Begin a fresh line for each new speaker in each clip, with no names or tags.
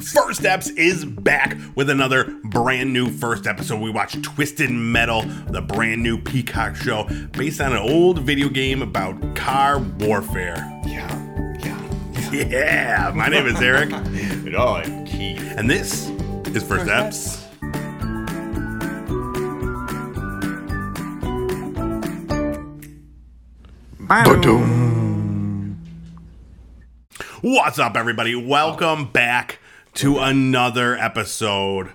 First Steps is back with another brand new first episode. We watched Twisted Metal, the brand new Peacock show based on an old video game about car warfare.
Yeah, yeah.
Yeah, my name is Eric,
And I'm Keith.
and this is First Steps. What's up, everybody? Welcome back to another episode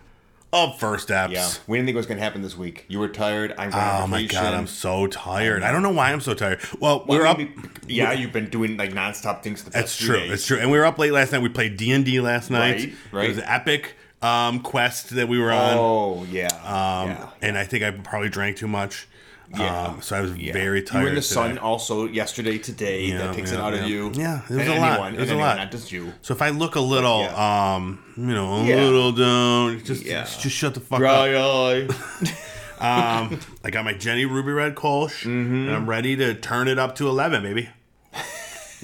of First Steps.
Yeah, we didn't think it was going to happen this week. You were tired. I'm going
Oh my god, I'm so tired. I don't know why I'm so tired. Well, we
We're
were up.
up. Yeah, you've been doing like nonstop things for the past
That's
few
true.
days.
It's true. And we were up late last night. We played D and D last night.
Right, right.
It was an epic um, quest that we were on,
Oh yeah.
um,
yeah.
and I think I probably drank too much.
Yeah.
Um, so I was
yeah.
very tired.
You were in the
today.
sun also yesterday, today.
Yeah,
that takes it
yeah,
out
yeah.
of you.
Yeah, it was
and
a lot.
anyone,
It was
and
a lot.
anyone, Not just you.
So if I look a little, um, you know, a
Yeah.
little down, just
Yeah.
just shut the fuck up.
Dry eye.
Um, I got my Jenny Ruby Red Kolsch,
Mm-hmm.
and I'm ready to turn it up to 11, baby.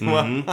Mm-hmm.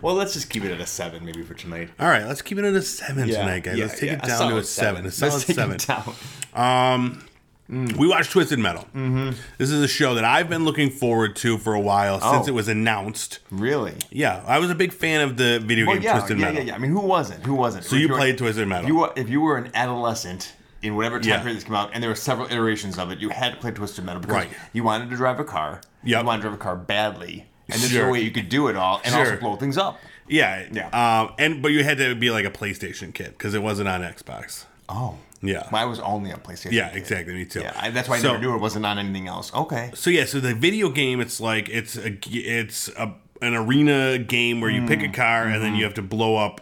well, let's just keep it at a seven maybe for tonight.
All right, let's keep it at a 7
Yeah,
tonight, guys.
yeah,
let's take
yeah,
it down to a
solid
7. A
Let's
solid
take
7.
it down.
We watched Twisted Metal. Mm-hmm. This is a show that I've been looking forward to for a while since
Oh.
it was announced.
Really?
Yeah, I was a big fan of the video
Well,
game
yeah,
Twisted
yeah,
Metal.
yeah, yeah. I mean, who wasn't? Who wasn't?
So you played Twisted Metal.
You were, if you were an adolescent in whatever time
Yeah.
period this came out, and there were several iterations of it, you had to play Twisted Metal because
Right.
you wanted to drive a car.
Yep.
You wanted to drive a car badly, and there's
Sure.
no way you could do it all and
Sure.
also blow things up.
Yeah,
Yeah.
Um, and but you had to be like a PlayStation kid because it wasn't on Xbox.
Oh,
Yeah.
Mine was only on PlayStation.
Yeah, exactly. Me too.
Yeah, I, that's why I
So-
never knew it wasn't on anything else. Okay.
So yeah, so the video game, it's like it's a g- it's a an arena game where you pick a car and then you have to blow up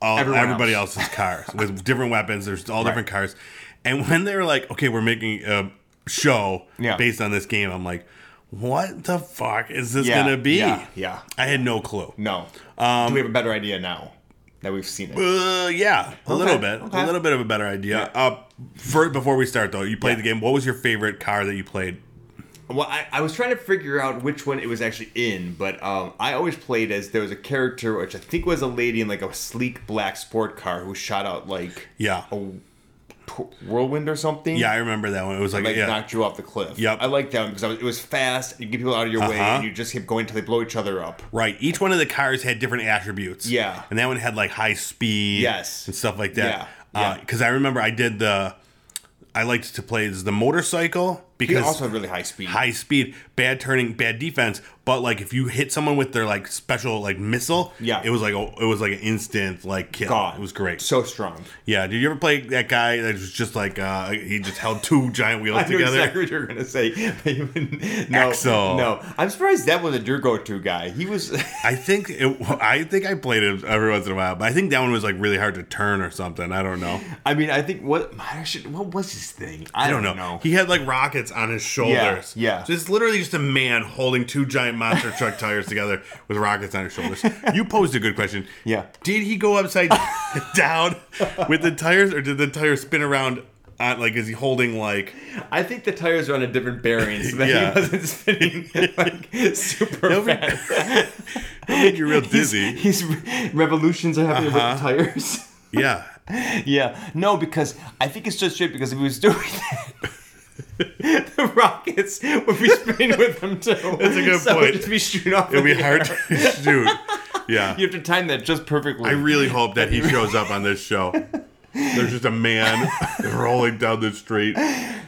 all,
Mm. Mm-hmm. Everyone
everybody
else.
else's cars with different weapons. There's all different cars, and when they were like, okay, we're making a show
Yeah.
based on this game, I'm like, what the fuck is this
Yeah,
gonna be?
yeah, yeah.
I had no clue.
No. do we have a better idea now that we've seen it?
Uh, yeah, a little bit,
okay.
a little bit of a better idea. Uh, for, before we start though, you played the game. What was your favorite car that you played?
Well, I, I was trying to figure out which one it was actually in, but um, I always played as there was a character, which I think was a lady in like a sleek black sport car who shot out like
Yeah,
a tw- whirlwind or something.
yeah, I remember that one. It was like,
Like
yeah,
knocked you off the cliff.
Yep.
I liked that one because I was, it was fast. You get people out of your way,
Uh-huh.
and you just keep going until they blow each other up.
Right. Each one of the cars had different attributes.
Yeah.
And that one had like high speed.
Yes.
And stuff like that.
Yeah, yeah.
Because I remember I did the, I liked to play as the motorcycle
You
because
also had really high speed.
high speed, bad turning, bad defense. But like if you hit someone with their like special like missile,
Yeah.
it was like a, it was like an instant like kill.
God,
It was great.
So strong.
yeah. Did you ever play that guy that was just like uh he just held two giant wheels
I knew
together?
exactly what you were gonna say. but you wouldn't- no,
Axel.
no. I'm surprised that wasn't your go-to guy. He was.
I think it, I think I played it every once in a while, but I think that one was like really hard to turn or something. I don't know.
I mean, I think what I should, what was his thing?
I don't know. He had like rockets on his shoulders.
yeah.
Just literally just a man holding two giant monster truck tires together with rockets on his shoulders. You posed a good question.
Yeah.
Did he go upside down with the tires or did the tires spin around on like is he holding like
I think the tires are on a different bearing, so that
Yeah.
he wasn't spinning like super
That'll be-
fast.
make you real dizzy? Uh-huh.
His revolutions are happening with the tires.
Yeah.
yeah, no, because I think it's just straight because if he was doing that. the rockets would be spinning with them too. That's
a good
so
point.
It'd just be shooting off.
It'd be hard to shoot. Yeah.
You have to time that just perfectly.
I really hope that he shows up on this show. There's just a man rolling down the street.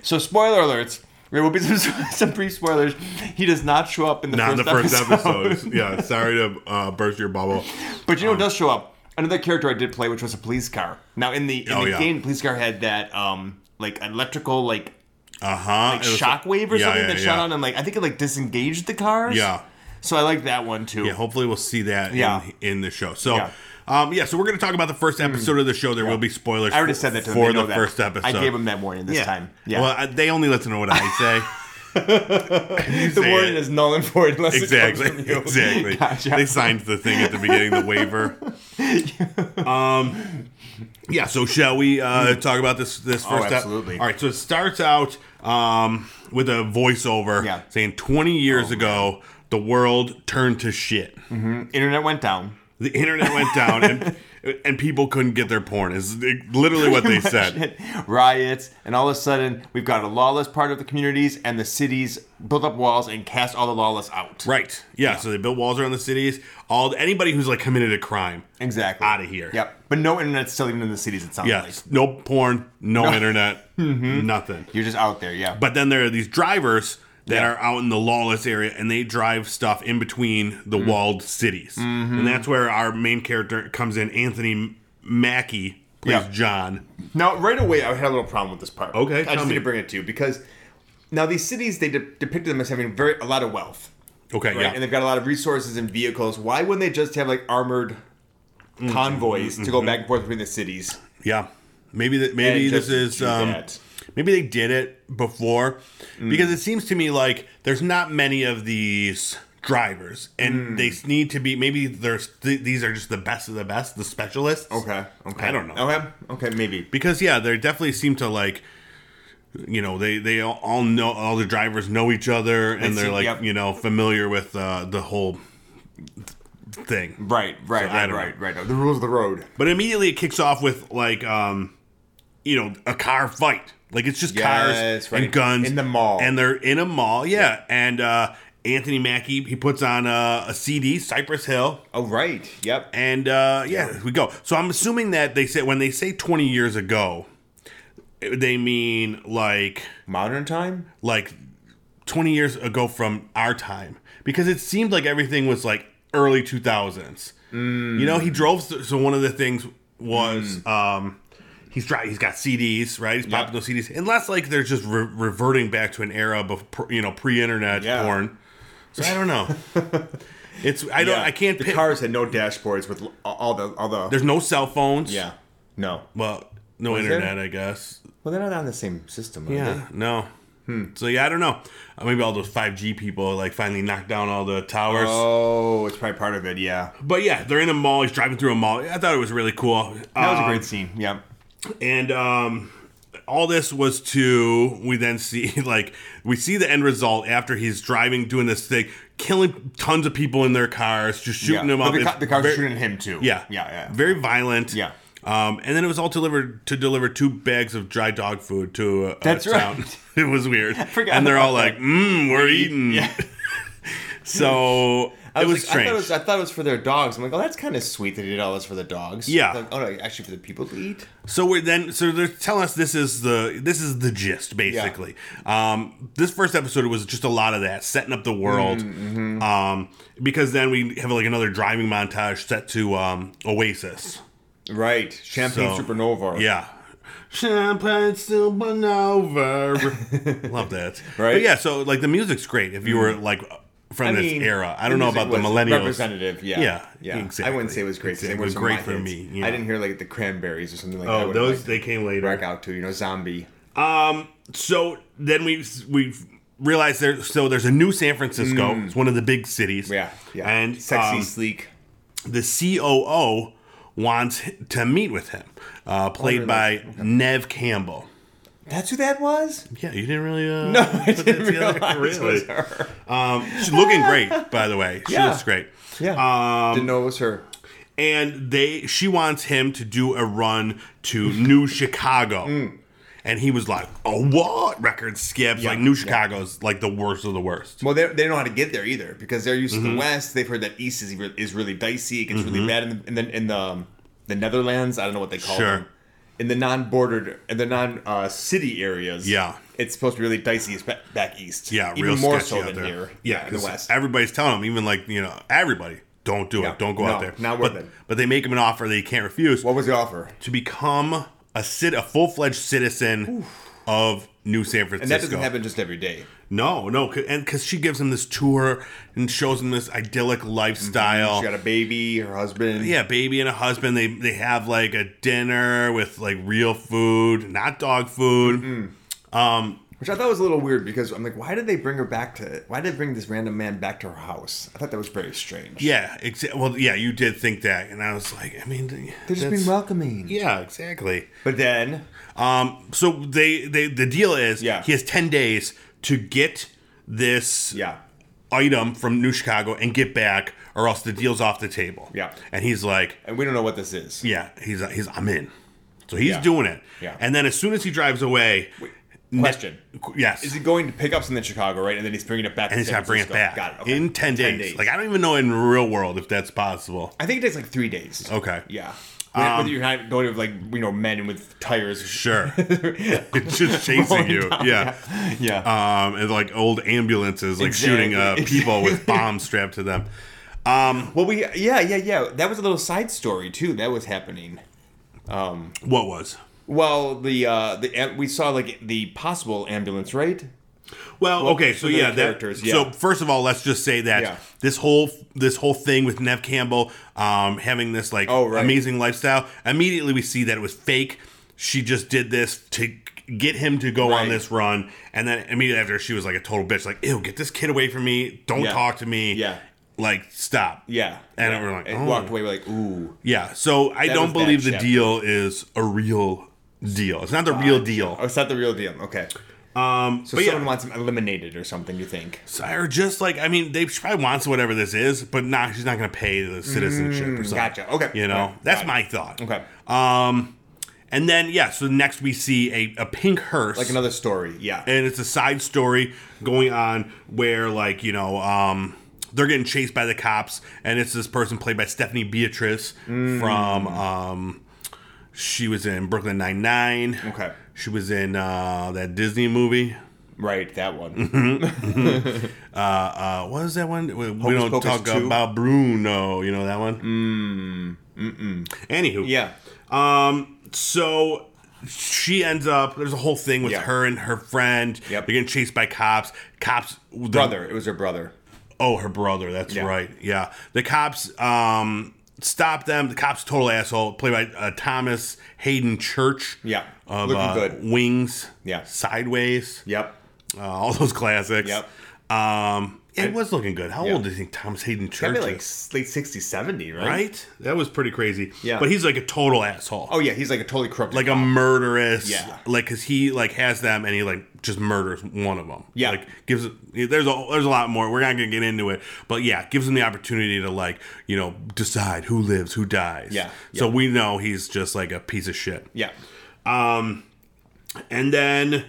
So spoiler alerts. There will be some some brief spoilers. He does not show up in the,
Not
first,
in the first
episode.
episode. Oh. Yeah, sorry to uh, burst your bubble.
But you know, who does show up another character I did play, which was a police car. Now in the in
Oh,
the
yeah.
game, the police car had that um like electrical like
Uh huh. Like
shockwave or something that shot
yeah.
on and like I think it like disengaged the cars.
Yeah.
So I like that one too.
Yeah, hopefully we'll see that
Yeah.
in, in the show. So,
Yeah. Hmm.
um, yeah, so we're going to talk about the first episode of the show. There will be spoilers.
I already said that to him.
for
They know
the
that.
first episode.
I gave him that warning this
yeah.
time. Yeah.
Well, I, they only listen to what I say. You
the
say
warning
it.
is null and void unless
exactly
it comes from you.
exactly.
Gotcha.
They signed the thing at the beginning, the waiver. Um, yeah. So shall we uh, talk about this this first? ep-
Mm-hmm. Oh, absolutely.
All right. So it starts out um, with a voiceover
Yeah. Oh,
saying, "20 years ago, the world turned to shit.
Internet went down.
The internet went down, and and people couldn't get their porn. Is literally what they said.
Riots, and all of a sudden, we've got a lawless part of the communities, and the cities built up walls and cast all the lawless out.
Right. Yeah, So they built walls around the cities. All anybody who's like committed a crime.
Exactly.
Outta here.
Yep. But no internet's still even in the cities, it sounds like.
Yes. No porn. No, internet.
Mm-hmm.
Nothing.
You're just out there, yeah.
But then there are these drivers that
Yeah.
are out in the lawless area and they drive stuff in between the
Mm-hmm.
walled cities. And that's where our main character comes in. Anthony Mackie plays
Yeah.
John.
Now, right away, I had a little problem with this part.
Okay,
I
tell
just
me.
need to bring it to you because now these cities they de- depicted them as having very a lot of wealth,
Okay,
right?
yeah.
And they've got a lot of resources and vehicles. Why wouldn't they just have like armored
Mm-hmm.
convoys to go back and forth between the cities?
Yeah. Maybe that maybe
And
this
just
is
do
um
that. Mm.
maybe they did it before because it seems to me like there's not many of these drivers
Mm.
and they need to be maybe there's th- these are just the best of the best, the specialists.
Okay. Okay.
I don't know.
Okay. Okay. Maybe.
Because yeah, they definitely seem to like you know, they they all, all know all the drivers know each other and
They
they're
seem-
like,
yep.
you know, familiar with uh, the whole thing.
Right. Right.
I
right.
don't
Right. Right. The rules of the road.
But immediately it kicks off with like um you know, a car fight. Like it's just
Yes,
cars
right.
and guns
In the mall.
And they're in a mall, yeah. And uh Anthony Mackie, he puts on a, a CD, Cypress Hill,
Oh, right. Yep.
and uh yeah, we go. So I'm assuming that they say when they say 20 years ago, they mean like
Modern time.
like 20 years ago from our time because it seemed like everything was like early 2000s. You know, he drove. Th- so one of the things was
Mm.
um, he's dri- he's got CDs, right? He's popping those CDs. Unless like they're just re- reverting back to an era before you know pre-internet
Yeah.
porn. So I don't know. it's I don't
Yeah.
I can't.
The
pick-
cars had no dashboards with l- all the all the.
There's no cell phones.
yeah. No.
Well, no
there?
internet, I guess.
Well, they're not on the same system. Are They?
Yeah, no.
Hmm.
So yeah, I don't know. Uh, maybe all those five G people like finally knocked down all the towers.
Oh, it's probably part of it. Yeah.
But yeah, they're in a mall. He's driving through a mall. I thought it was really cool. Um,
That was a great scene. Yeah.
And um, all this was to we then see like we see the end result after he's driving, doing this thing, killing tons of people in their cars, just shooting
yeah.
them
But
up.
The,
It's
ca- the cars
very-
shooting at him too.
Yeah,
Yeah. Yeah.
Very violent.
Yeah.
Um, and then it was all delivered to deliver two bags of dry dog food to a, a
That's
town.
right.
it was weird.
forgot
and they're all
about
like, "Mmm, we're eating."
Yeah.
So
I
it was
like-
strange.
I thought it was, I thought it was for their dogs. I'm like, oh, that's kind of sweet that they did all this for the dogs.
Yeah.
Like, oh no, actually for the people to eat.
So we're then so they're telling us this is the this is the gist basically. Um, this first episode was just a lot of that setting up the world.
Mm, mm-hmm.
Um, because then we have like another driving montage set to um, Oasis.
Right. Champagne
So-
supernova.
Yeah. Champagne supernova. Love that.
Right?
But yeah, so like the music's great if you were like from
I
this
mean,
era. I don't know
music
about the
was
millennials.
Representative, yeah,
Yeah,
I wouldn't say it was great.
exactly.
It
It was
was great
great for me, you know.
I didn't hear like the cranberries or something like that.
Oh,
would
those
like,
they came later.
back out to you know zombie.
so then we we realized there. So there's a new San Francisco. It's one of the big cities.
Yeah, yeah.
And
sexy,
um,
sleek.
the COO wants h- to meet with him, uh, played by Nev Campbell.
That's who that was.
Yeah, you didn't really. Uh,
No, I
put that
didn't
together?
realize it was her.
Um, she's looking great, by the way. She
Yeah.
looks great.
Yeah, didn't know it was her.
And they, she wants him to do a run to New Chicago.
Mm.
And he was like, "Oh, what record skips? like New Chicago's like the worst of the worst."
Well, they, they don't know how to get there either because they're used
Mm-hmm.
to the West. They've heard that East is re- is really dicey. It gets really bad in the in the, in the, um, the Netherlands. I don't know what they call
Sure.
them. In the non-bordered, in the non-city areas,
Yeah.
it's supposed to be really dicey it's ba- back east.
Yeah,
even
real
more
sketchy
so
out
than
there.
here.
Yeah,
in the
'cause
West.
Everybody's telling him, even like you know, everybody, don't do
Yeah.
it, don't go out
No,
there.
not
but,
worth it.
But they make him an offer that he can't refuse
what was the offer?
to become a cit, a full fledged citizen of New San Francisco.
And that doesn't happen just every day.
No, no, c- and because she gives him this tour and shows him this idyllic lifestyle.
Mm-hmm. She got a baby, her husband.
Oh. yeah, baby and a husband. They they have like a dinner with like real food, not dog food.
Mm-hmm. which I thought was a little weird because I'm like, why did they bring her back to? Why did they bring this random man back to her house? I thought that was very strange.
Yeah, exa- well, yeah, you did think that, and I was like, I mean,
they're just
that's-
being welcoming.
Yeah, exactly.
But then
Um, so they, they the deal is
Yeah.
he has ten days to get this
Yeah.
item from New Chicago and get back, or else the deal's off the table.
Yeah.
And he's like,
and we don't know what this is.
yeah, he's uh, he's I'm in. So he's
Yeah.
doing it.
Yeah.
And then as soon as he drives away, ne-
question.
yes,
Is he going to pick up something in Chicago, right? And then he's bringing it back.
and
to
he's
San
got to bring it back
Francisco. Got it. okay.
in 10 days. Like I don't even know in real world if that's possible.
I think it takes like three days.
Okay. Um,
Yeah. When- Whether you're not going to like you know men with tires.
Sure. it's just chasing
Rolling
you.
down,
yeah.
Yeah.
Um, and like old ambulances, like shooting uh,
Exactly.
people with bombs strapped to them.
well, we yeah yeah yeah. That was a little side story too. That was happening.
What was?
Well, the uh the am- we saw like the possible ambulance, right?
Well, okay, so
for the
yeah, that,
characters,
so
yeah.
first of all, let's just say that
Yeah.
this whole this whole thing with Nev Campbell um, having this like
Oh, right.
amazing lifestyle, immediately we see that it was fake. She just did this to get him to go on
Right.
this run, and then immediately after, she was like a total bitch, like "Ew, get this kid away from me! Don't
Yeah.
talk to me!
Yeah.
like stop!"
Yeah.
And
yeah.
we're like,
and
oh.
walked away. We're like, ooh,
yeah. So I don't
was that
believe the
chapter.
deal is a real deal. It's not the real deal.
oh, it's not the real deal. Okay.
Um,
So
but yeah,
someone wants him eliminated or something. You think?
So- or just like I mean, they she probably wants whatever this is, but nah, she's not gonna pay the citizenship or something.
Gotcha. Okay.
You know,
Right.
that's
Got Mm,
my
it.
thought.
Okay.
Um, and then yeah, so next we see a, a pink hearse,
Like another story. Yeah.
and it's a side story going on where like you know um they're getting chased by the cops, and it's this person played by Stephanie Beatrice
Mm.
from um she was in Brooklyn Nine Nine.
Okay.
She was in uh, that Disney movie.
Right. That one.
uh, what is that one? We, we
Hocus
don't
Pocus
talk
2?
about Bruno. You know that one. Mm. Mm. Anywho,
yeah.
Um. So she ends up. There's a whole thing with
Yeah.
her and her friend.
Yep.
They're getting chased by cops. Cops. the-
Brother. It was her brother.
Oh, her brother. That's
Yeah.
right. Yeah. The cops. Um. Stop them. The cops. Total asshole. Played by uh, Thomas Hayden Church.
Yeah.
Of,
Looking
uh,
good.
Wings.
Yeah.
Sideways.
Yep.
Uh, all those classics.
Yep.
Um, it was looking good. How
Yeah.
old do you think Thomas Hayden
That'd
Church
be like
is?
s- late 60s, 70, right?
Right? That was pretty crazy.
Yeah.
But he's like a total asshole.
Oh yeah, he's like a totally crooked.
Like a murderous.
Yeah.
Like, cause he like has them and he like just murders one of them.
Yeah.
Like gives there's a there's a lot more. We're not gonna get into it, but yeah, gives him the opportunity to like you know decide who lives, who dies.
Yeah.
So
Yeah.
we know he's just like a piece of shit.
yeah.
And then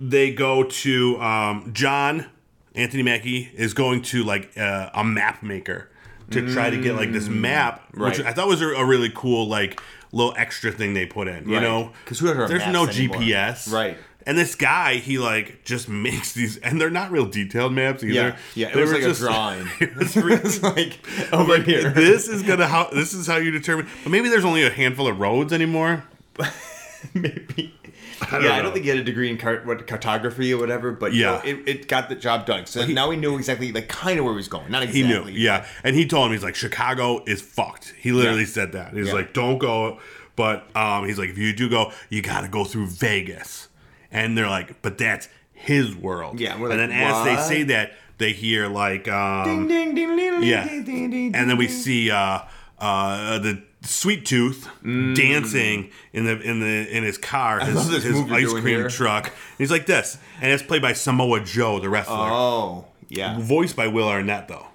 they go to um, John Anthony Mackie is going to like uh, a map maker to try to get like this map, which
Mm. right.
I thought was a, a really cool like little extra thing they put in. You
Right.
know,
'Cause who has our
there's
maps
no
anymore?
GPS,
Right.
And this guy, he like just makes these, and they're not real detailed maps either.
Yeah. Yeah. It
They
was
were
like
just-
a drawing.
it was really-
it's like over here.
this is gonna how this is how you determine. But maybe there's only a handful of roads anymore.
maybe.
don't
yeah, I
know.
don't think he had a degree in cart- what, cartography or whatever, but you
Yeah.
know, it, it got the job done. So now we knew exactly, like, kind of where he was going. Not
He
exactly.
knew, yeah. And he told him, he's like, Chicago is fucked. He literally
Yeah.
said that. He's
Yeah.
like, don't go. But um, he's like, if you do go, you got to go through Vegas. And they're like, but that's his world.
Yeah,
And,
and we're like,
then as they
what?
say that, they hear like, um,
Ding, ding, ding, ding, ding,
yeah.
ding, ding, ding,
and then we
ding.
see uh, uh, the sweet tooth dancing in the in the in his car, his,
Mm. love this
his
move you're
ice
doing
cream
here.
truck. And he's like this, and it's played by Samoa Joe, the wrestler,
Oh, yeah.
voiced by Will Arnett though.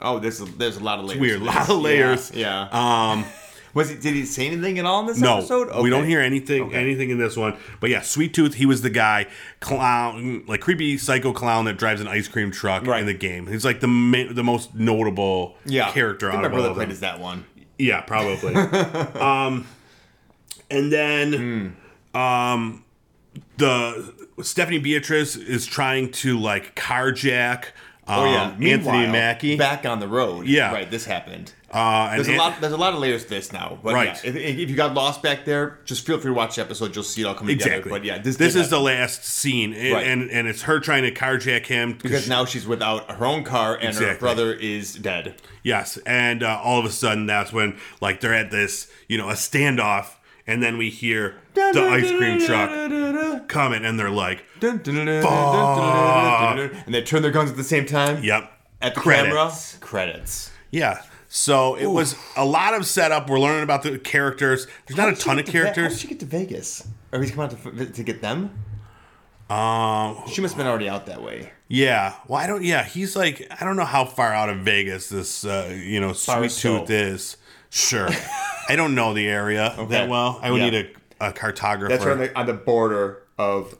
Oh, there's a, there's a lot of layers.
Weird,
to
lot
this.
of layers.
Yeah. yeah.
Um,
was he? Did he say anything at all in this
No,
episode?
we don't
Okay.
hear anything
Okay.
anything in this one. But yeah, Sweet Tooth, he was the guy clown, like creepy psycho clown that drives an ice cream truck
Right.
in the game. He's like the ma- the most notable
Yeah.
character
I think
out
my
of all
brother
of
played
them.
as that one.
yeah, probably. um, and then, um,
Hmm.
the Stephanie Beatrice is trying to like carjack. Um,
Oh yeah.
Anthony
Meanwhile,
Mackie.
back on the road.
Yeah.
Right. This happened.
uh, and
There's a
An-
lot. There's a lot of layers to this now. But
Right.
Yeah, if, if you got lost back there, just feel free to watch the episode. You'll see it all come
Exactly.
together. But yeah, this
this
did
is the last scene, and,
Right.
and and it's her trying to carjack him
because now she's without her own car and
Exactly.
her brother is dead.
Yes, and uh, all of a sudden, that's when like they're at this, you know, a standoff, and then we hear the ice cream truck coming, and they're like,
And they turn their guns at the same time.
"Yep,
At the
Credits.
camera. Credits.
Yeah. So it was a lot of setup. We're learning about the characters. There's not a ton of
How did
characters.
she get to Vegas? Or he's come out to, to get them?
Um,
She must have been already out that way.
yeah. Well, I don't. Yeah, he's like I don't know how far out of Vegas this uh, you know sweet
as hell.
tooth is. Sure, I don't know the area that well. I would
Yeah.
need a, a cartographer.
That's right on the, on the border of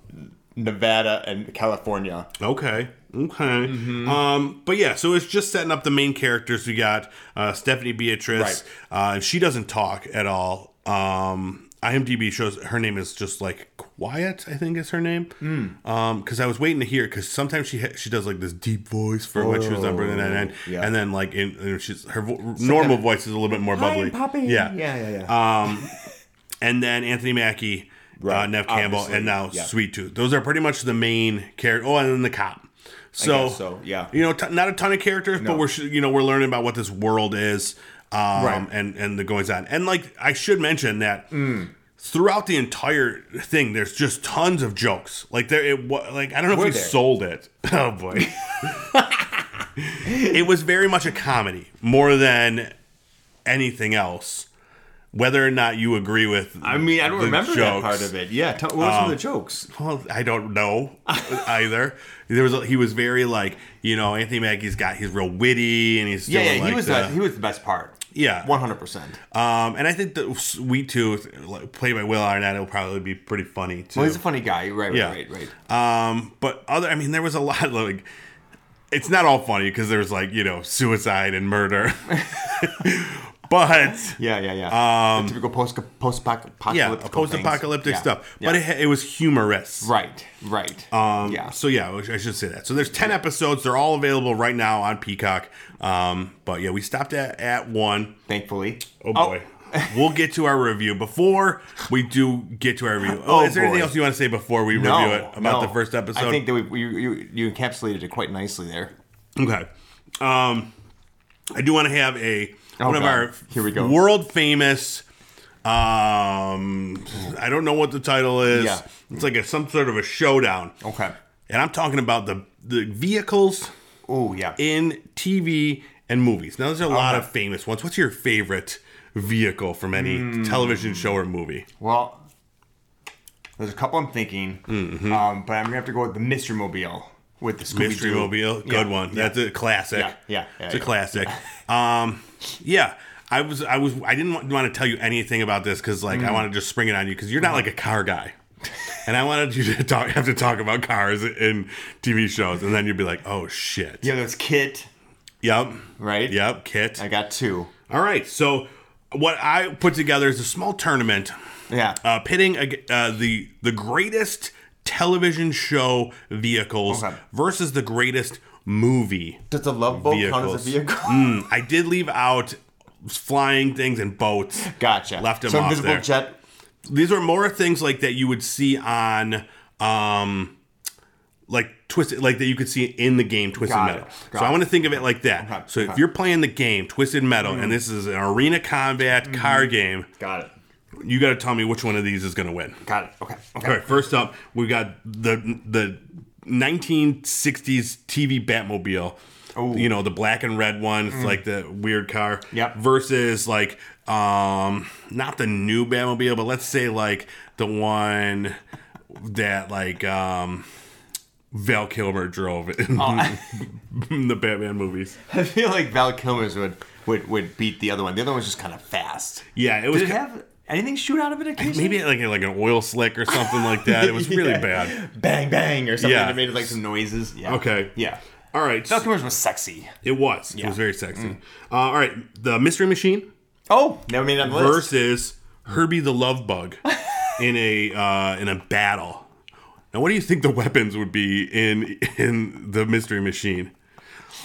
Nevada and California.
Okay. Okay. Um, but yeah, so it's just setting up the main characters. We got uh, Stephanie Beatrice. Uh, and she doesn't talk at all. Um, IMDb shows her name is just like Quiet. I think is her name. Hmm. Because I was waiting to hear. Because sometimes she ha- she does like this deep voice for when she was on Brooklyn Nine Nine,
yeah.
and then like in, and she's her vo- normal voice is a little bit more bubbly. Yeah.
yeah, yeah,
Uh,
yeah.
And then Anthony Mackie, uh,
Right,
Nev Campbell,
obviously,
and now
yeah.
Sweet Tooth. Those are pretty much the main character. Oh, and then the cop. So,
guess so, yeah.
you know, t- not a ton of characters, but we're sh- you know we're learning about what this world is, um,
Right.
and and the goings on. And like I should mention that
Mm.
throughout the entire thing, there's just tons of jokes. Like there, it wa- like I don't know
Were
if we
there?
sold it. Oh boy, it was very much a comedy more than anything else. Whether or not you agree with,
I mean, I don't
the
remember that
jokes. Um,
part of it. Yeah, tell, what were some of the jokes?
Well, I don't know either. There was a, he was very like you know Anthony Mackie's got he's real witty and he's
Yeah,
doing
yeah,
like
he was
the-
the, he was the best part.
yeah
One hundred percent.
um and I think the Sweet Tooth like, played by Will Arnett will probably be pretty funny too.
Well, he's a funny guy. Right, right,
Yeah.
right, right.
Um, but other, I mean, there was a lot like. It's not all funny because there's like you know suicide and murder, but
Yeah, yeah, yeah. The typical post post
Um, yeah,
apocalyptic
post-apocalyptic stuff. But
yeah.
it, it was humorous,
right, right. Um, yeah.
So yeah, I sh- I should say that. So there's ten episodes. They're all available right now on Peacock. Um, but yeah, we stopped at at one.
Thankfully.
Oh boy. we'll get to our review before we do get to our review. Oh,
Oh,
is there anything
boy.
else you want to say before we
No,
review it about
no.
the first episode?
I think that we, we you, you encapsulated it quite nicely there.
Okay. Um, I do want to have a one of
Oh, God.
our
Here we go.
world famous. Um, I don't know what the title is.
Yeah.
It's like a, some sort of a showdown,
Okay.
and I'm talking about the the vehicles
Oh yeah.
in TV and movies. Now, there's a lot of famous ones. What's your favorite vehicle from any television show or movie?
well, there's a couple I'm thinking,
Mm-hmm.
um, but I'm gonna have to go with the Mr. Mobile with the Scooby
Mystery Mobile, good one. That's a classic.
Yeah, yeah, yeah,
it's a
yeah.
classic. um, yeah, I was, I was, I didn't want, want to tell you anything about this because, like,
Mm.
I want to just spring it on you because you're not
Mm-hmm.
like a car guy, and I wanted you to talk, have to talk about cars in TV shows, and then you'd be like, oh shit.
Yeah, there's Kit.
Yep.
Right.
Yep. Kit.
I got two.
All right. So, what I put together is a small tournament.
Yeah.
uh, pitting ag- uh, the the greatest television show vehicles
Okay.
versus the greatest movie.
Does the love boat count
vehicles.
as a vehicle?
Hmm, I did leave out flying things and boats.
Gotcha.
Left him
so
off
invisible
there.
jet.
These are more things like that you would see on. Um, like twisted, like that you could see in the game Twisted
Got it.
Metal. So
Got
I
it.
want to think of it like that.
Okay,
So if
okay. Mm-hmm.
you're playing the game Twisted Metal, and this is an arena combat car game,
Got it.
you got to tell me which one of these is going to win.
Mm-hmm. Got it. Okay. Okay.
All right, first up, we got the the 1960s TV Batmobile.
Ooh. Mm.
You know, the black and red one, it's like the weird car.
Yep.
Versus like um not the new Batmobile, but let's say like the one that like um Val Kilmer drove in
Oh.
the Batman movies.
I feel like Val Kilmer's would, would would beat the other one. The other one's just kind of fast.
Yeah, it was
Did it
ki-
have anything shoot out of it occasionally?
maybe like like an oil slick or something like that. It was really
Yeah.
bad.
Bang bang or something
Yeah.
that made like some noises. Yeah.
Okay.
Yeah.
All right.
Val Kilmer's was sexy.
It was. It was very sexy.
Mm.
Uh, all right, the Mystery Machine
Oh, never made it on the list.
versus Herbie the Love Bug in a uh, in a battle. Now, what do you think the weapons would be in in the Mystery Machine?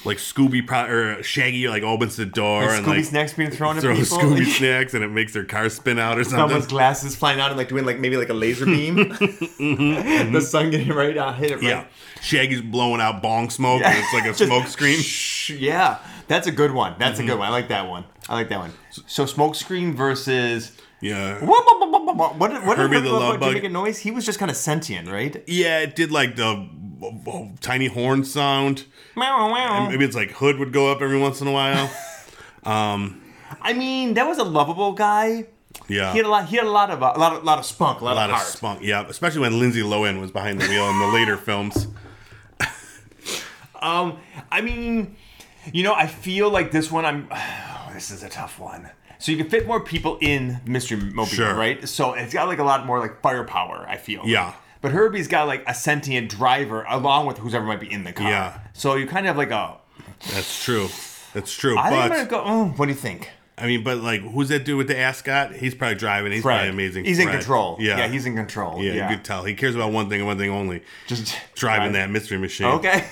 Like Scooby pro- or Shaggy like opens the door and
Scooby
like
snacks being thrown at
throws
people.
Scooby
like,
snacks and it makes their car spin out or
Someone's
something.
glasses flying out and like doing like maybe like a laser beam.
Mm-hmm.
The sun getting right out, hit it right.
Yeah, Shaggy's blowing out bong smoke and it's like a
Just
smoke screen.
Shh, yeah, that's a good one. That's a
Mm-hmm.
good one. I like that one. I like that one. So smoke screen versus
Yeah,
what? What? What? did
Herbie the
Love
Love
Bug
Bug.
do make a noise? He was just kind of sentient, right?
yeah, it did like the w- w- tiny horn sound.
Meow, meow.
Maybe it's like Hood would go up every once in a while.
I mean, that was a lovable guy,
Yeah.
He had a lot. He had a lot of a lot of, lot of spunk, a lot,
a Oh. lot
of
of
heart.
spunk. Yeah, especially when Lindsay Lohan was behind the wheel in the later films.
Um, I mean, you know, I feel like this one. I'm. this is a tough one. So you can fit more people in Mystery Mobile,
Sure.
right? So it's got like a lot more like firepower. I feel.
Yeah.
But Herbie's got like a sentient driver along with whoever might be in the car.
Yeah.
So you kind of have like a.
That's true. That's true. but
I think I'm gonna go. Oh, what do you think?
I mean, but like, who's that dude with the ascot? He's probably driving. He's
Right.
probably amazing.
He's in
Fred.
control.
Yeah.
Yeah. He's in control.
yeah,
Yeah.
You could tell he cares about one thing and one thing only.
Just
Driving that mystery machine.
Okay.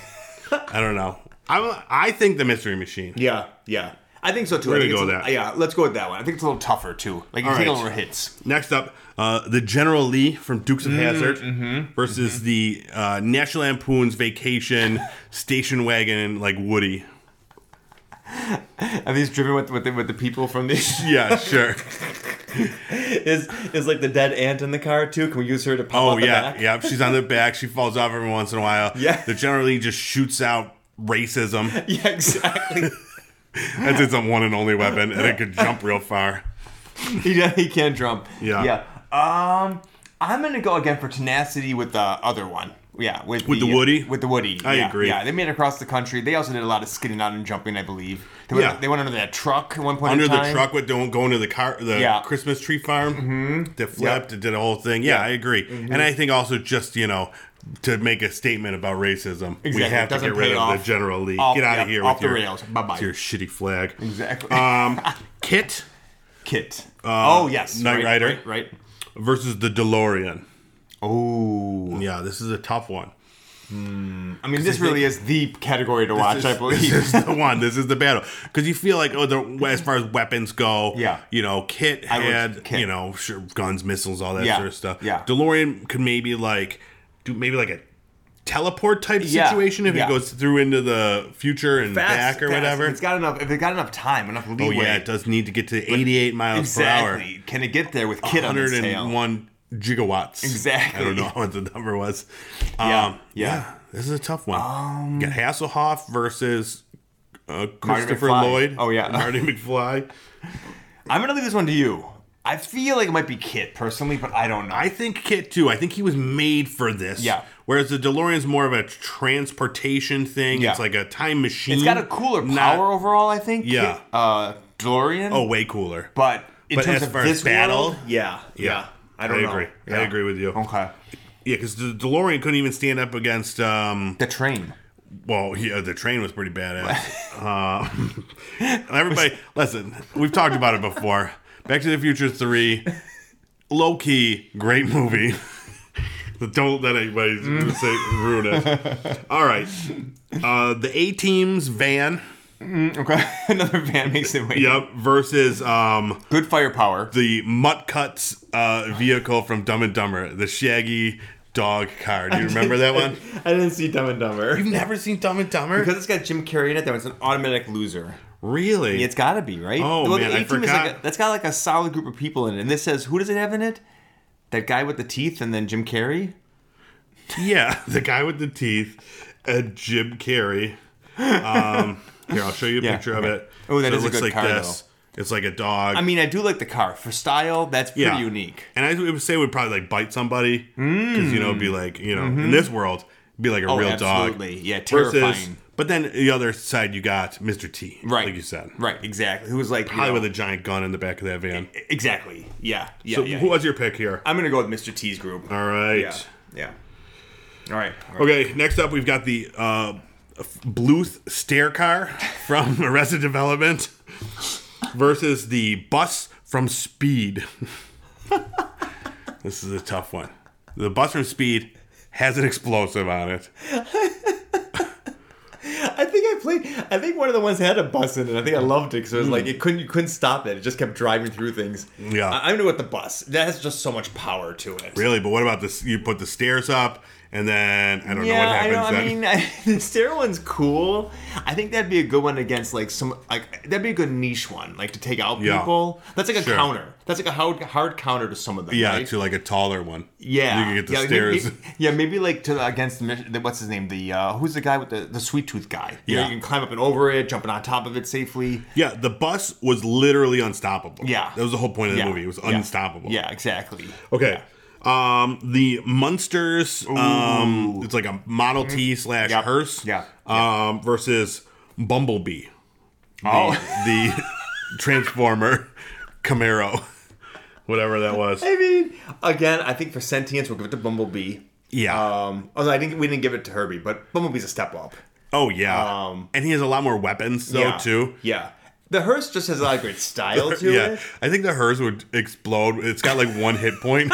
I don't know. I I think the mystery machine.
yeah. Yeah. I think so too.
We're
I
gonna
think
go
it's
with that.
a- Yeah. Let's go with that one. I think it's a little tougher too. Like you
All
take
right.
a little more hits.
Next up, uh, the General Lee from Dukes
Mm,
of Hazard
mm-hmm,
versus the uh, National Lampoon's Vacation station wagon like Woody.
Are these driven with with the, with the people from the?
Yeah, sure.
is is like the dead ant in the car too? Can we use her to pop
Oh
out the
yeah,
back?
yeah. She's on the back. She falls off every once in a while.
Yeah.
The General Lee just shoots out racism.
yeah, exactly.
That's its one and only weapon, and it could jump real far.
he don't- he can't jump.
Yeah.
yeah. Um, I'm gonna go again for tenacity with the other one. Yeah, with
With the Woody?
With the Woody.
I
yeah,
agree.
Yeah, they made it across the country. They also did a lot of skidding out and jumping, I believe. They went,
Yeah.
they went under that truck at one point.
Under
in time.
the truck, with don't go into the car, the
Yeah. Mm-hmm.
Christmas tree farm that flipped, it did a whole thing. Yeah, I agree, and I think also just you know to make a statement about racism, we
Exactly.
have to
Doesn't
get rid
pay
of
off.
the General Lee.
Off-
get out
yeah,
of here
off
with
the
your,
rails. Bye-bye.
with your shitty flag.
Exactly.
Um, Kit
Kit. oh yes.
uh, Knight
right,
Rider.
Right. right.
versus the DeLorean.
Oh,
Yeah, this is a tough one.
I mean, this really is the category to watch. I believe.
This is the one. This is the battle because you feel like oh, the, as far as weapons go,
Yeah.
you know, Kit
would-
had
Kit.
you know sure, guns, missiles, all that
Yeah.
sort of stuff.
Yeah.
DeLorean could maybe like do maybe like a teleport type
Yeah.
situation if
Yeah.
it goes through into the future and
fast,
back or
fast.
whatever.
If it's got enough. If it got enough time, enough leeway.
oh yeah, it does need to get to 88 miles per hour,
exactly. Can it get there with kid on its tail?
101 gigawatts.
Exactly.
I don't know what the number was.
Yeah.
Um,
Yeah. Um,
This is a tough one. you got Hasselhoff versus uh,
Marty
Christopher
McFly.
Lloyd.
Oh, yeah.
Marty McFly.
I'm gonna leave this one to you. I feel like it might be Kit personally, but I don't know.
I think Kit too. I think he was made for this.
Yeah.
Whereas the DeLorean's more of a transportation thing.
Yeah.
It's like a time machine.
it's got a cooler power
Not-
overall, I think.
Yeah.
Uh, DeLorean.
oh, way cooler.
but in
but
terms
as
of
far as
this
battle,
world, yeah, yeah, I don't know.
agree.
Yeah.
I agree with you.
Okay.
Yeah, because the DeLorean couldn't even stand up against. um
The train.
Well, yeah, the train was pretty badass. uh, everybody, listen, we've talked about it before. Back to the Future Three, low key, great movie. Don't let anybody say ruin it. All right, uh, the A Team's van.
Okay. Another van makes it way.
Yep, versus um,
Good firepower.
the Muttcuts uh, vehicle from Dumb and Dumber, the Shaggy dog car. Do you remember that one?
I didn't see Dumb and Dumber.
You've never seen Dumb and Dumber?
Because it's got Jim Carrey in it, though it's an automatic loser.
really?
It's got to be right.
Oh,
the
man, I
A-Team is like
forgot.
a- that's got like a solid group of people in it. And this says who does it have in it? That guy with the teeth, and then Jim Carrey.
Yeah, the guy with the teeth and Jim Carrey. Um, here, I'll show you a
Yeah,
picture of
okay.
it.
Oh, that
that
is
is
a good car,
It's like a dog.
I mean, I do like the car for style. That's pretty unique.
And I would say it would probably like bite somebody because you know it'd be like you know in this world it'd be like a
Mm. Mm-hmm. Oh,
real
absolutely.
dog.
Yeah,
Versus-
terrifying.
but then the other side you got Mr. T.
Right,
like you said,
Right, exactly. Who was like you
probably
know- e,
with a giant gun in the back of that van.
exactly? Yeah, yeah.
so
yeah,
who
yeah.
was your pick here?
I'm gonna go with Mr. T's group.
All right.
Yeah, yeah. All right. all right.
Okay, next up we've got the uh, Bluth stair car from Arrested Development versus the bus from Speed. this is a tough one. The bus from Speed has an explosive on it.
I think I played. I think one of the ones had a bus in it. I think
Mm.
I loved it because it was like it couldn't you couldn't stop it. It just kept driving through things.
Yeah.
I, I'm gonna go with the bus. That has just so much power to it.
Really, but what about this? You put the stairs up and then I don't know
yeah,
what happens
I, know.
then.
I mean, the stair one's cool. I think that'd be a good one against like some like that'd be a good niche one, like to take out
Yeah.
people. That's like a
Sure.
counter. That's like a hard, hard counter to some of them.
yeah,
right?
to like a taller one.
yeah,
you can get the
yeah,
stairs.
Maybe, yeah, maybe like to against the, Mich- the- what's his name, the uh, who's the guy with the, the sweet tooth guy. You know,
Yeah.
you can climb up and over it, jumping on top of it safely.
yeah, the bus was literally unstoppable.
Yeah.
that was the whole point of the
Yeah,
movie. It was
yeah,
unstoppable.
Yeah, exactly.
Okay. Um, the Munsters. Um, it's like a Model T slash
Mm-hmm. Yep.
hearse.
Yeah.
Um, versus Bumblebee.
Oh.
The, the Transformer Camaro, whatever that was.
I mean, again, I think for sentience, we'll give it to Bumblebee.
Yeah.
Um, although I think we didn't give it to Herbie, but Bumblebee's a step up.
oh yeah.
um,
and he has a lot more weapons though
yeah.
too.
Yeah. The hearse just has a lot of great style to
Yeah.
it.
I think the hers would explode. It's got like one hit point.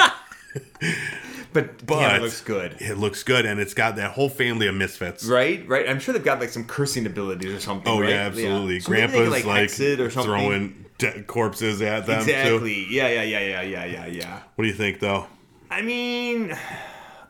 But, damn,
But-
it looks good.
it looks good, and it's got that whole family of misfits.
Right, right. I'm sure they've got like some cursing abilities or something.
Oh
right?
yeah, absolutely.
So maybe they
Grandpa's
could,
like,
hex it or something.
throwing de- corpses at them. Too.
exactly. Yeah, yeah, yeah, yeah, yeah, yeah, yeah.
What do you think though?
I mean,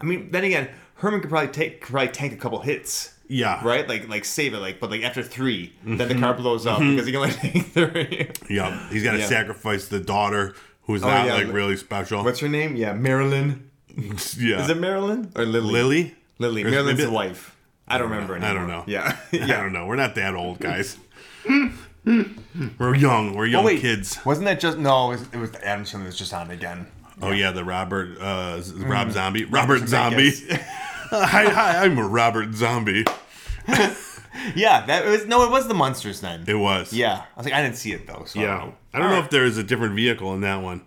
I mean. Then again, Herman could probably take could probably tank a couple hits.
Yeah.
Right, like like save it, like but like after 3 then the
Mm-hmm.
car blows up because he can only take three.
Yeah. He's got to
Yeah. Oh,
sacrifice the daughter who's not
yeah,
like
li-
really special.
What's her name? Yeah, Marilyn.
yeah.
Is it Marilyn or Lily?
Lily?
Lily.
Or is it
Marilyn's
maybe-
wife. I don't remember
I
anymore.
don't know.
Yeah,
I
yeah.
don't know. We're not that old, guys. We're young. We're young kids.
Oh, Wasn't that just no? It was, it was Adamson that was just on again.
Oh yeah, the Robert uh Z-
Mm.
Rob Zombie. Robert Zombie. hi, hi, I'm a Robert Zombie.
Yeah, that was no. It was the monsters then.
It was.
yeah, I was like, I didn't see it though. So I don't
Yeah.
know.
I don't know if there is a different vehicle in that one.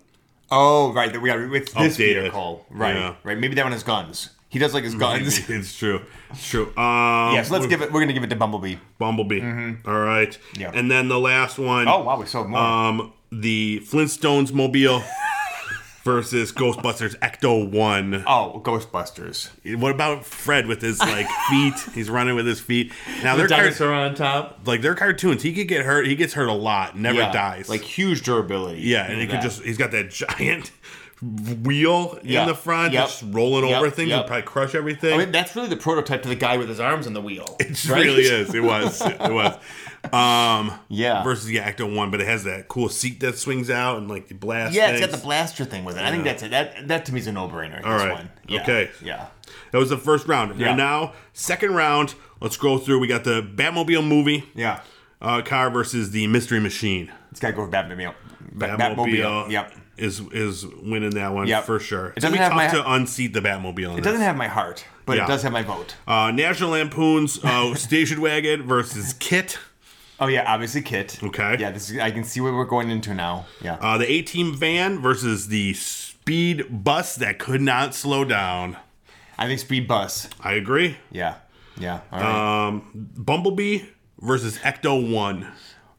Oh right, that we got with this
Updated.
vehicle. Right,
Yeah.
right. Maybe that one has guns. He does like his guns.
it's true. It's true. Um,
yeah, so let's give it. We're gonna give it to Bumblebee.
Bumblebee. All right.
Yeah.
And then the last one.
Oh wow, we sold more.
Um, the Flintstones mobile versus Ghostbusters Ecto One.
oh, Ghostbusters.
What about Fred with his like feet? He's running with his feet. Now they're car-
on top.
like they're cartoons. He could get hurt. He gets hurt a lot. Never
Yeah,
dies.
Like huge durability.
yeah, and he
Look
could
at that.
just. He's got that giant wheel
Yeah.
in the front,
Yep.
just rolling
Yep.
over things
Yep.
and probably crush everything.
I mean, that's really the prototype to the guy with his arms on the wheel.
It really is. It was. It was. Um,
Yeah.
Versus the Acto One, but it has that cool seat that swings out and like the blast.
Yeah, it's got
things.
the blaster thing with it. I think that's it. That that to me is a no-brainer. All
right.
One. Yeah.
Okay.
Yeah.
That was the first round.
Yeah.
And now second round. Let's go through. We got the Batmobile movie
Yeah.
uh, car versus the Mystery Machine.
It's gotta go with Batmobile. Bat-
Batmobile.
Yep.
Is is winning that one
Yep.
for sure.
It doesn't
It'll be
have
tough to unseat the Batmobile.
It doesn't have my heart, but
Yeah.
it does have my vote.
uh, National Lampoon's uh, Station Wagon versus Kit.
Oh yeah, obviously Kit.
Okay.
Yeah, this is, I can see what we're going into now. Yeah.
Uh, the A Team van versus the speed bus that could not slow down.
I think Speed Bus.
I agree.
Yeah. Yeah. All right.
Um, Bumblebee versus Ecto One.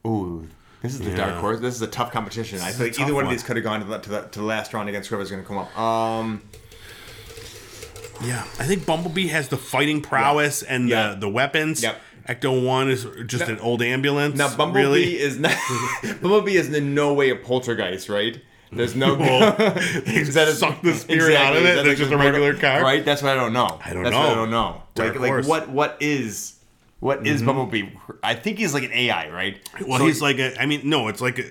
Uh,
Ooh. This is the dark horse. This is a tough competition. I
a
think
tough
either
one.
one, of these could have gone to the, to, the, to the last round against whoever's going to come up. Um,
Yeah, I think Bumblebee has the fighting prowess and
Yeah.
the, the weapons.
Yep.
Ecto One is just an old ambulance.
now Bumblebee is not Bumblebee is in no way a poltergeist, right? There's no
Well, they
Is that a-
suck the spirit out of it.
Exactly. Is that
That's
like
just
the
a regular
proto-
car.
Right? That's what I don't know. I
don't
That's what
know.
I don't know.
Dark
like,
horse. Mm-hmm.
like what what is what is Bumblebee? I think he's like an AI, right?
Well,
So
he's like a. I mean, no, it's like a,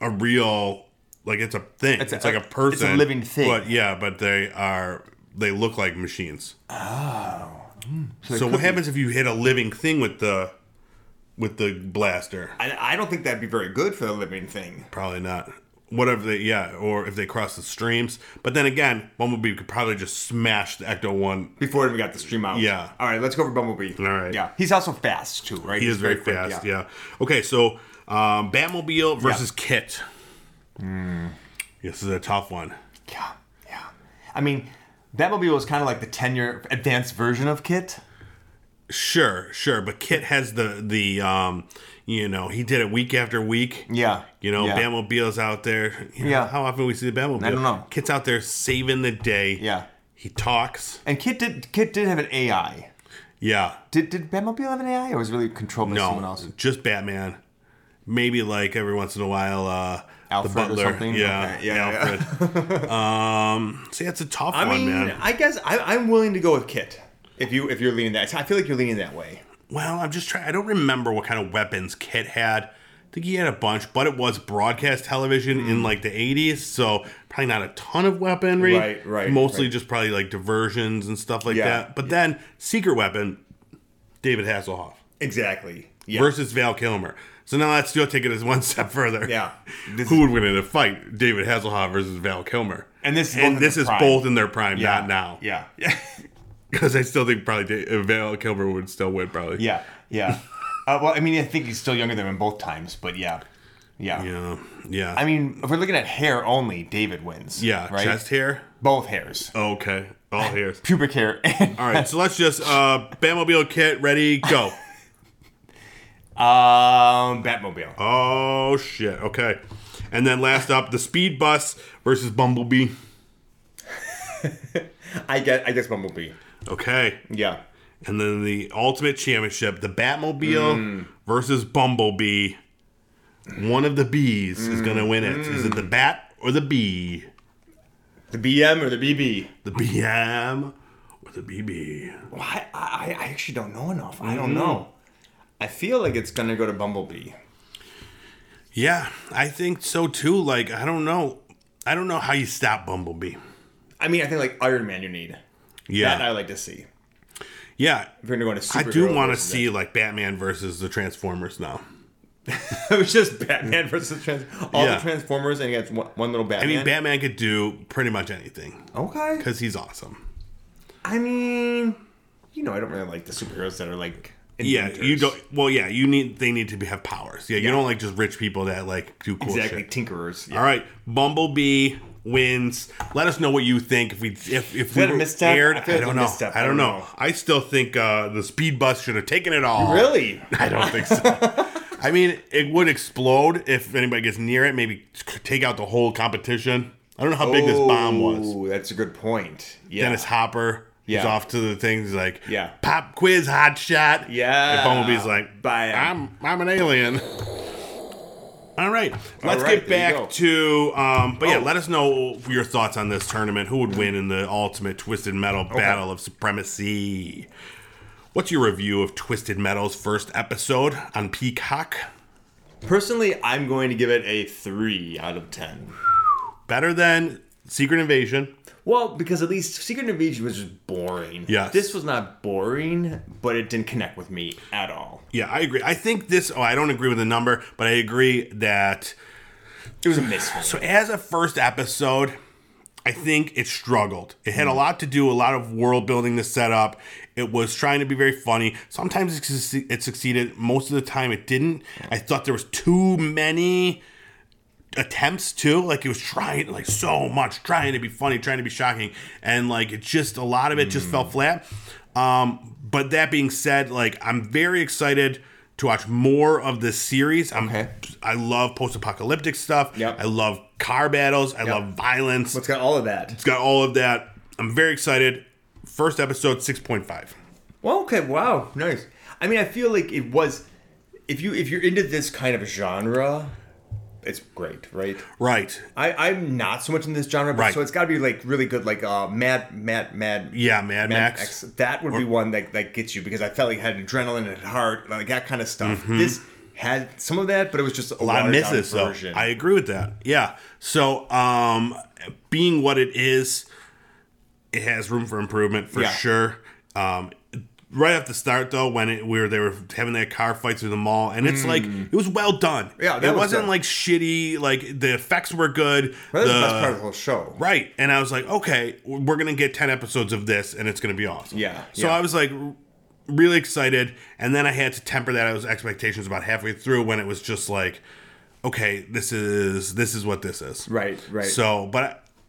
a real, like it's a thing. It's,
a-
like a
it's a
person.
living thing.
But yeah, but they are. They look like machines. Oh.
Hmm.
So,
it
what happens if you hit a living thing with the, with the blaster?
I, I don't think that'd be very good for the living thing.
Probably not. Whatever they, yeah, or if they cross the streams. But then again, Bumblebee could probably just smash the Ecto One.
Before we got the stream out.
Yeah.
All right, let's go for Bumblebee. All
right.
Yeah. He's also fast too, right?
He is very
quick,
fast. Yeah. Okay, so um, Batmobile versus Kit.
Hmm.
This is a tough one.
Yeah. Yeah. I mean, Batmobile is kind of like the ten-year advanced version of Kit.
Sure, sure, but Kit has the the um, you know, he did it week after week.
Yeah.
You know,
yeah.
Batmobile's out there. You know,
Yeah.
How often we see the Batmobile?
I don't know.
Kit's out there saving the day.
Yeah.
He talks.
And Kit did Kit did have an AI.
Yeah.
Did did Batmobile have an AI, or was it really controlled by
No,
someone else?
just Batman. Maybe like every once in a while, uh,
Alfred
Butler.
or something.
Yeah,
Okay, yeah, yeah.
Alfred. um, see, that's a tough
I
one,
mean,
man.
I guess I, I'm willing to go with Kit. If you if you're leaning that, I feel like you're leaning that way.
Well, I'm just trying. I don't remember what kind of weapons Kit had. I think he had a bunch, but it was broadcast television
Mm.
in like the 80s, so probably not a ton of weaponry.
Right, right,
Mostly
right.
just probably like diversions and stuff like
Yeah.
that. But then secret weapon, David Hasselhoff
Exactly. Yeah.
versus Val Kilmer. So now let's still take it as one step further.
yeah. This-
Who would win in a fight, David Hasselhoff versus Val Kilmer?
And this is both
and
in
this
their
is
prime.
both in their prime,
yeah.
not now.
Yeah. Yeah.
because I still think probably Da- uh, Val Kilmer would still win, probably.
Yeah, yeah. uh, well, I mean, I think he's still younger than him both times, but yeah, yeah.
yeah, yeah.
I mean, if we're looking at hair only, David wins.
yeah,
right.
chest hair.
Both hairs,
Okay, all hairs.
pubic hair.
All right, so let's just uh, Batmobile kit ready, go.
um, Batmobile.
Oh shit. Okay, and then last up, the speed bus versus Bumblebee.
I guess. I guess Bumblebee.
Okay,
Yeah.
and then the ultimate championship, the Batmobile
Mm.
versus Bumblebee. One of the bees is gonna win it. Is it
Mm.
the bat or the bee?
The BM or the BB?
The BM or the BB?
Well, I, I, I actually don't know enough. I
Mm-hmm.
don't know. I feel like it's gonna go to Bumblebee.
Yeah, I think so too. Like, I don't know. I don't know how you stop Bumblebee.
I mean, I think like Iron Man, you need that. I
Yeah.
like to see.
Yeah.
If you're going to
I do want to
to
see like Batman versus the Transformers now.
it was just Batman versus Trans- all
Mm. Yeah.
the Transformers, and he gets one, one little
I
Batman.
mean, Batman could do pretty much anything
Okay.
because he's awesome.
I mean, you know, I don't really like the superheroes that are like.
Yeah,
inventors.
you don't. Well, yeah, you need. They need to be, have powers. Yeah, you don't like just rich people that like do cool
exactly
shit.
tinkerers. Yeah.
All right, Bumblebee wins. Let us know what you think. If we if if we
that a
were
misstep?
aired,
I
I,
feel like
don't
a
know.
misstep.
I don't know. I still think uh, the speed bus should have taken it all.
Really?
I don't think so. I mean, it would explode if anybody gets near it. Maybe take out the whole competition. I don't know how big this bomb was.
Oh, That's a good point. Yeah.
Dennis Hopper. He's
Yeah.
off to the thing. He's like,
Yeah.
pop quiz, hot shot.
Yeah.
And Bumblebee's like,
Buy 'em.
I'm, I'm an alien. All right. Let's
right,
get
there you
back to, um, but yeah,
Oh.
let us know your thoughts on this tournament. Who would win in the ultimate Twisted Metal Battle of Supremacy? What's your review of Twisted Metal's first episode on Peacock?
Personally, I'm going to give it a three out of ten.
Better than Secret Invasion.
Well, because at least Secret Invasion was just boring.
Yes.
This was not boring, but it didn't connect with me at all.
Yeah, I agree. I think this, oh, I don't agree with the number, but I agree that
It was a miss. for me.
So as a first episode, I think it struggled. It had a lot to do, a lot of world building to set up. It was trying to be very funny. Sometimes it, succe- it succeeded. Most of the time, it didn't. I thought there was too many attempts too. Like it was trying, like so much, trying to be funny, trying to be shocking, and like it just a lot of it just fell flat. Um, but that being said, like I'm very excited to watch more of this series. I'm
Okay.
I love post apocalyptic stuff.
Yep.
I love car battles. I love violence.
It's got all of that.
It's got all of that. I'm very excited. First episode, six point five.
Well, okay, wow, nice. I mean, I feel like it was. If you if you're into this kind of genre, it's great, right?
Right.
I I'm not so much in this genre, but
Right.
so it's got to be like really good, like uh, Mad Mad Mad.
Yeah, Mad,
Mad
Max.
X. That would be one that that gets you because I felt like it had adrenaline at heart, like that kind of stuff. This had some of that, but it was just a,
Mm-hmm. a lot of misses though.
version.
I agree with that. Yeah. So, um, being what it is, it has room for improvement for
Yeah.
sure. Um, right off the start though, when it, we were they were having that car fight through the mall, and it's like it was well done.
Mm. Yeah, that
it
was
wasn't
good.
like shitty. Like the effects were good.
But that's the,
the-
best part of the whole show.
Right. And I was like, okay, we're going to get 10 episodes of this and it's going to be awesome.
Yeah,
So
yeah.
I was like r- really excited. And then I had to temper that. I was expectations about halfway through when it was just like, okay, this is, this is what this is.
Right, right.
So, but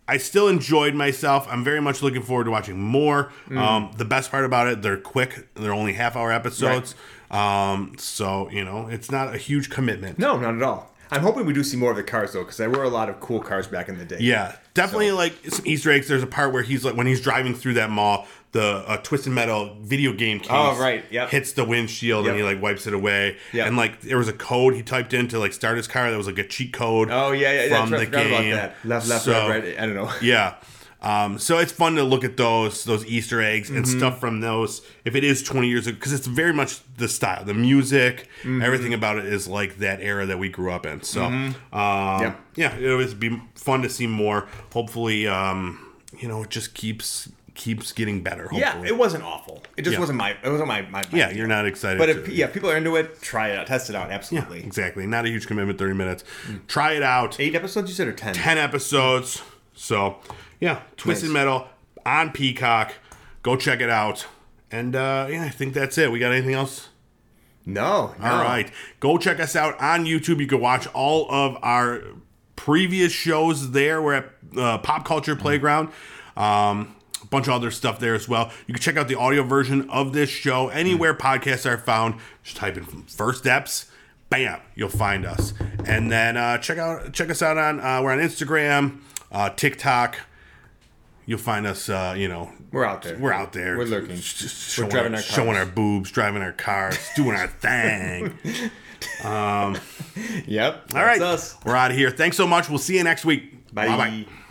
I, I still enjoyed myself. I'm very much looking forward to watching more.
Mm.
Um, the best part about it, they're quick. They're only half hour episodes. Um, so, you know, it's not a huge commitment.
No, not at all. I'm hoping we do see more of the cars though, because there were a lot of cool cars back in the day.
Yeah, definitely like some Easter eggs. There's a part where he's like when he's driving through that mall, the uh, Twisted Metal video game case.
Oh, right, yep.
Hits the windshield and
Yep.
he like wipes it away.
Yep.
And like there was a code he typed in to like start his car that was like a cheat code.
Oh yeah, yeah, that's
from
right.
the
I forgot
game.
about that. Left, left,
So-
right, right. I don't know.
Yeah. Um, so it's fun to look at those those Easter eggs
Mm-hmm.
and stuff from those. If it is twenty years ago, because it's very much the style, the music,
Mm-hmm.
everything about it is like that era that we grew up in. So, um,
Yeah.
yeah, it would be fun to see more. Hopefully, um, you know, it just keeps keeps getting better. Hopefully.
Yeah, it wasn't awful. It just
Yeah.
wasn't my. It wasn't my. my, my
yeah, you're not excited,
But if
to-
yeah, people are into it, try it out, test it out. Absolutely.
exactly. Not a huge commitment. Thirty minutes. Try it out.
Eight episodes you said or ten?
10 episodes. So, yeah, Twisted
Nice.
Metal on Peacock. Go check it out. And uh, yeah, I think that's it. We got anything else?
No, no.
All right. Go check us out on YouTube. You can watch all of our previous shows there. We're at uh, Pop Culture Playground. Um, a bunch of other stuff there as well. You can check out the audio version of this show anywhere podcasts are found. Just type in First Steps. Bam, you'll find us. And then uh, check out check us out on uh, we're on Instagram, uh, TikTok. You'll find us, uh, you know,
We're out there.
we're out there.
We're lurking.
Just showing,
We're driving
our,
our
showing
cars.
our boobs, driving our cars, doing our thing.
Yep.
All right.
That's us.
We're out of here. Thanks so much. We'll see you next week.
Bye.
Bye-bye.